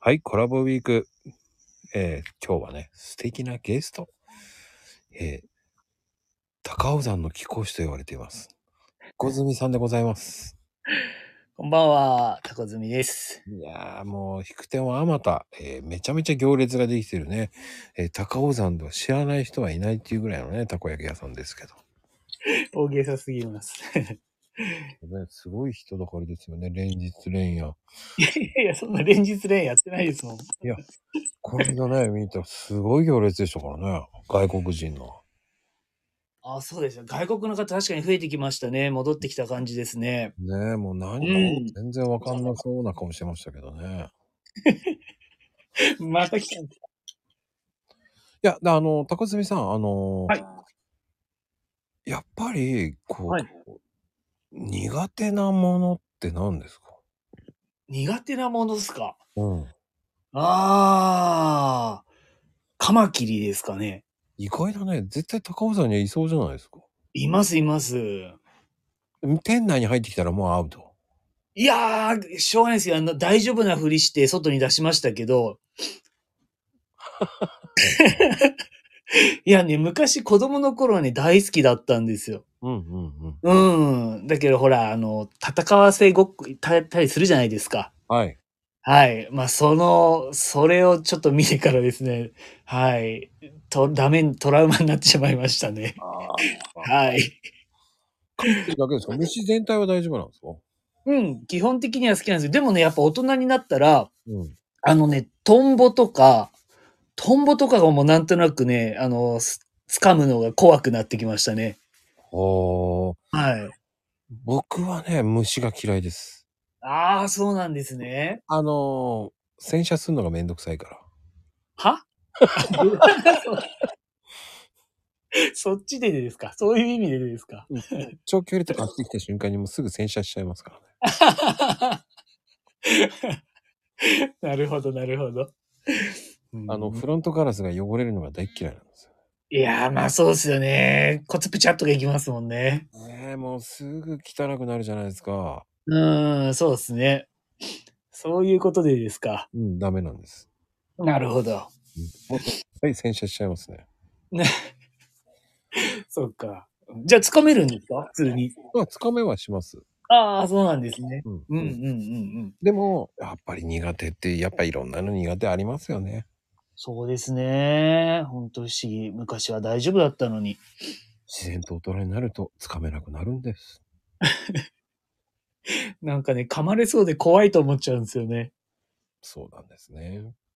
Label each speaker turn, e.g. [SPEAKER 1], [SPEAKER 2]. [SPEAKER 1] はい、コラボウィーク。えー今日はね、素敵なゲスト。えー高尾山の貴公子と言われています。小泉さんでございます。
[SPEAKER 2] こんばんは、タコズミです。
[SPEAKER 1] いやーもう、引く点はあまた、えーめちゃめちゃ行列ができてるね。えー高尾山では知らない人はいないっていうぐらいのね、たこ焼き屋さんですけど。
[SPEAKER 2] 大げさすぎます。
[SPEAKER 1] ねすごい人だかりですよね、連日連夜。
[SPEAKER 2] いやいやいや、そんな連日連やってないですもん。
[SPEAKER 1] これがね、見たらすごい行列でしたからね、外国人の。
[SPEAKER 2] あ、そうですよ。外国の方確かに増えてきましたね。戻ってきた感じですね。
[SPEAKER 1] ねえ、もう何
[SPEAKER 2] う
[SPEAKER 1] も
[SPEAKER 2] ん
[SPEAKER 1] 全然わかんなそうな顔してましたけどね。
[SPEAKER 2] また来たんです。
[SPEAKER 1] いや、あの、高住さん、あの、
[SPEAKER 2] はい
[SPEAKER 1] やっぱり、こう、
[SPEAKER 2] はい
[SPEAKER 1] 苦手なものって何ですか
[SPEAKER 2] 苦手なものですか
[SPEAKER 1] うん。
[SPEAKER 2] あー、カマキリですかね。
[SPEAKER 1] 意外だね。絶対高尾山にはいそうじゃないですか。
[SPEAKER 2] います、います。
[SPEAKER 1] 店内に入ってきたらもうアウト。
[SPEAKER 2] いやー、しょうがないですよ。あの、大丈夫なふりして外に出しましたけ ど。いやね、昔子供の頃はね、大好きだったんですよ。
[SPEAKER 1] うんうんうん。
[SPEAKER 2] うん。だけどほら、あの、戦わせごっこ、たたりするじゃないですか。
[SPEAKER 1] はい。
[SPEAKER 2] はい。まあ、その、それをちょっと見てからですね、はい。と、ダメ、トラウマになってしまいましたね。 はい。
[SPEAKER 1] ってだけですか虫全体は大丈夫なんですか
[SPEAKER 2] うん。基本的には好きなんですけど、でもね、やっぱ大人になったら、
[SPEAKER 1] うん。
[SPEAKER 2] あのね、トンボとか、トンボとかがもうなんとなくね、あの、す掴むのが怖くなってきましたね。
[SPEAKER 1] おー
[SPEAKER 2] はい。
[SPEAKER 1] 僕はね、虫が嫌いです。
[SPEAKER 2] ああ、そうなんですね。
[SPEAKER 1] あのー洗車するのがめんどくさいから。
[SPEAKER 2] は そっちでですかそういう意味でですか
[SPEAKER 1] 長距離とか買ってきた瞬間にもうすぐ洗車しちゃいますからね。
[SPEAKER 2] なるほど、なるほど。うん
[SPEAKER 1] あの、フロントガラスが汚れるのが大っ嫌いなんです
[SPEAKER 2] いやー、まあそうですよね。コツプチャッとがいきますもんね。
[SPEAKER 1] よ。ねえ、もうすぐ汚くなるじゃないですか。
[SPEAKER 2] うーん、そうですね。そういうことでですか。
[SPEAKER 1] うん、ダメなんです。
[SPEAKER 2] なるほど。
[SPEAKER 1] もっと、はい、洗車しちゃいますね。
[SPEAKER 2] そっか。じゃあ、つかめるんですか普通に。
[SPEAKER 1] まあ、つかめはします。
[SPEAKER 2] ああ、そうなんですね。
[SPEAKER 1] うん。
[SPEAKER 2] うんうんうんうん。
[SPEAKER 1] でも、やっぱり苦手って、やっぱいろんなの苦手ありますよね。
[SPEAKER 2] そうですね。本当不思議。昔は大丈夫だったのに。
[SPEAKER 1] 自然と大人になると、つかめなくなるんです。
[SPEAKER 2] なんかね、噛まれそうで怖いと思っちゃうんですよね。
[SPEAKER 1] そうなんですね。